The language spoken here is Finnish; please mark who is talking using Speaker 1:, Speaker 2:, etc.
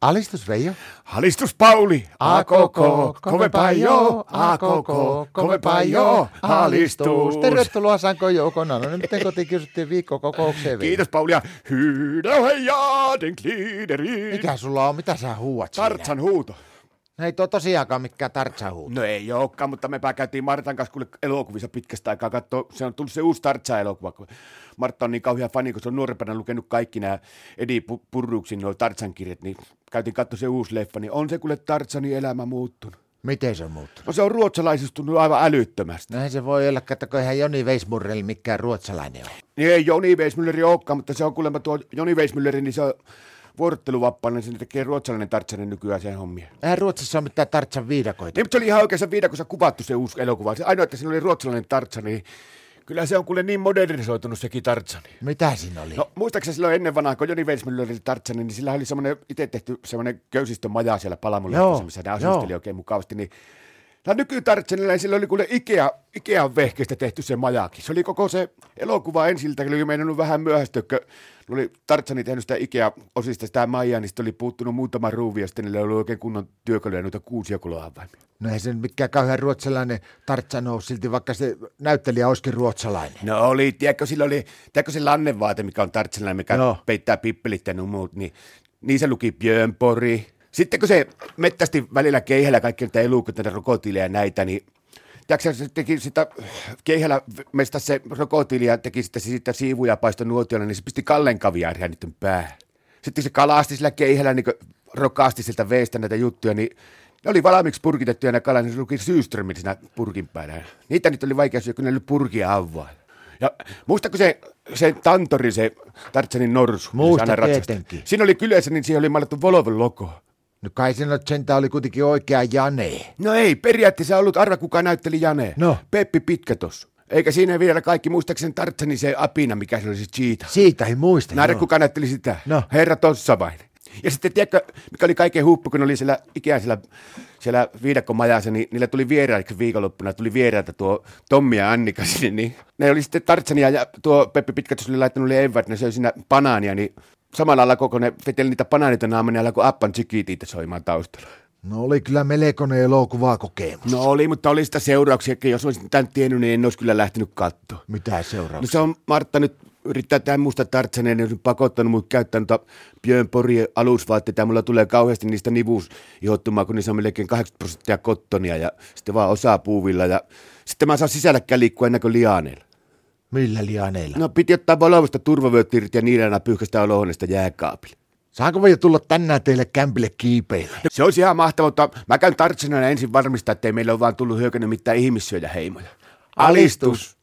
Speaker 1: Alistus Veijo.
Speaker 2: Alistus Pauli, a koko, kovempaa joo, a koko,
Speaker 1: koko,
Speaker 2: kovempaa joo, alistus.
Speaker 1: Tervetuloa Sanko Joukona. No nyt kotiin kysyttiin viikkokokoukseen. Veijo.
Speaker 2: Kiitos Pauli ja hyydähäjää den kliideriin.
Speaker 1: Mikä sulla on? Mitä sä huuat siinä?
Speaker 2: Tartsan huuto.
Speaker 1: No ei tuo tosiaankaan mikään tartsahuuto.
Speaker 2: No ei olekaan, mutta mepä käytiin Martan kanssa kuule elokuvissa pitkästä aikaa katsoa. Se on tullut se uusi Tartsa-elokuva. kun Martta on niin kauhea fani, kun se on nuorempana lukenut kaikki nämä Edi Pu- Purruksin nuo Tartsan kirjat, niin käytiin katsoa se uusi leffa, niin on se kuule Tartsanin elämä muuttunut.
Speaker 1: Miten se on muuttunut?
Speaker 2: No se on ruotsalaisistunut aivan älyttömästi.
Speaker 1: No ei se voi olla, että kun eihän Joni Weismurrel mikään ruotsalainen ole.
Speaker 2: Niin ei Joni Weismülleri olekaan, mutta se on kuulemma tuo Joni Weismülleri, niin se on vuorotteluvappainen, sen tekee ruotsalainen tartsainen nykyään sen hommia.
Speaker 1: Eihän Ruotsissa ole mitään tartsan viidakoita.
Speaker 2: Niin, mutta se oli ihan oikeassa viidakossa kuvattu se uusi elokuva. Se ainoa, että siinä oli ruotsalainen tartsa, niin kyllä se on kuule niin modernisoitunut sekin tartsani.
Speaker 1: Mitä siinä oli?
Speaker 2: No muistaakseni silloin ennen vanhaa, kun Joni Weismülleri tartsani, niin sillä oli semmoinen itse tehty semmoinen köysistön maja siellä
Speaker 1: Joo,
Speaker 2: Palamulla, missä ne asusteli
Speaker 1: joo.
Speaker 2: oikein mukavasti, niin No nykytartsenilla sillä oli kuule Ikea, Ikean vehkeistä tehty se majakin. Se oli koko se elokuva ensiltä, oli mennyt vähän myöhästyä, kun ne oli Tartsani tehnyt sitä Ikea-osista sitä majaa, niin sitten oli puuttunut muutama ruuvi ja sitten niillä oli oikein kunnon työkaluja noita kuusia kuloavaimia.
Speaker 1: No ei se nyt mikään kauhean ruotsalainen tartsan ole silti, vaikka se näyttelijä olisikin ruotsalainen.
Speaker 2: No oli, tiedätkö, sillä oli, tiedätkö se lannevaate, mikä on tartsilla, mikä
Speaker 1: Joo.
Speaker 2: no. peittää pippelit ja muut, niin, niin se luki Björnpori. Sitten kun se mettästi välillä keihällä kaikki näitä elukoita, näitä rokotiileja ja näitä, niin Tiedätkö, se teki sitä keihällä mestä se rokotiili ja teki sitä, sitä siivuja paistoi nuotiolla, niin se pisti Kallen kaviaaria niiden päähän. Sitten se kalasti sillä keihällä, niin rokaasti sieltä veestä näitä juttuja, niin ne oli valmiiksi purkitettuja ne kalan, niin se luki Syyströmin siinä purkin päällä. Niitä nyt oli vaikea syödä, kun ne oli purkia avaa. Ja muistatko se, se Tantori, se Tartsanin norsu? kun se
Speaker 1: Muistan
Speaker 2: aina ratsasti?
Speaker 1: tietenkin.
Speaker 2: Siinä oli kylässä, niin siihen oli maalattu Volvon logo.
Speaker 1: No kai sinä nyt sentään oli kuitenkin oikea Jane.
Speaker 2: No ei, periaatteessa ollut arva kuka näytteli Jane.
Speaker 1: No.
Speaker 2: Peppi Pitkätos. Eikä siinä vielä kaikki, muistaakseni Tartsanin se apina, mikä se oli se Cheetah.
Speaker 1: Siitä ei muista.
Speaker 2: Nähdä,
Speaker 1: joo.
Speaker 2: kuka näytteli sitä.
Speaker 1: No.
Speaker 2: Herra Tossavainen. Ja sitten tiedätkö, mikä oli kaikkein huppu, kun oli siellä ikään siellä, siellä viidakkomajassa, niin niillä tuli vieraiksi viikonloppuna, tuli vieraita tuo Tommi ja Annika sinne, niin ne oli sitten Tartsania ja tuo Peppi Pitkätys oli laittanut niille evät, ne söi siinä banaania, niin samalla lailla koko ne veteli niitä banaanita naamani ja alkoi appan tsikitiitä soimaan taustalla.
Speaker 1: No oli kyllä melkoinen elokuvaa kokemus.
Speaker 2: No oli, mutta oli sitä seurauksia, jos olisin tämän tiennyt, niin en olisi kyllä lähtenyt kattoon.
Speaker 1: Mitä
Speaker 2: No
Speaker 1: seuraavaksi?
Speaker 2: se on Martta nyt yrittää tehdä musta tartsaneen, jos nyt pakottanut mut käyttää noita Björn Porien alusvaatteita. Mulla tulee kauheasti niistä nivuusihottumaa, kun niissä on melkein 80 prosenttia kottonia ja sitten vaan osaa puuvilla. Ja sitten mä en saa sisälläkään liikkua ennen kuin lianeilla.
Speaker 1: Millä lianeilla? No.
Speaker 2: No piti ottaa valovasta turvavyöt irti ja niillä aina pyyhkästä olohuoneesta jääkaapille.
Speaker 1: Saanko voi tulla tänään teille kämpille kiipeille?
Speaker 2: No, Se olisi ihan mahtavaa, mutta mä käyn tartsanana ensin varmistaa, että ei meillä ole vaan tullut hyökännyt mitään ihmissyöjä heimoja.
Speaker 1: Alistus.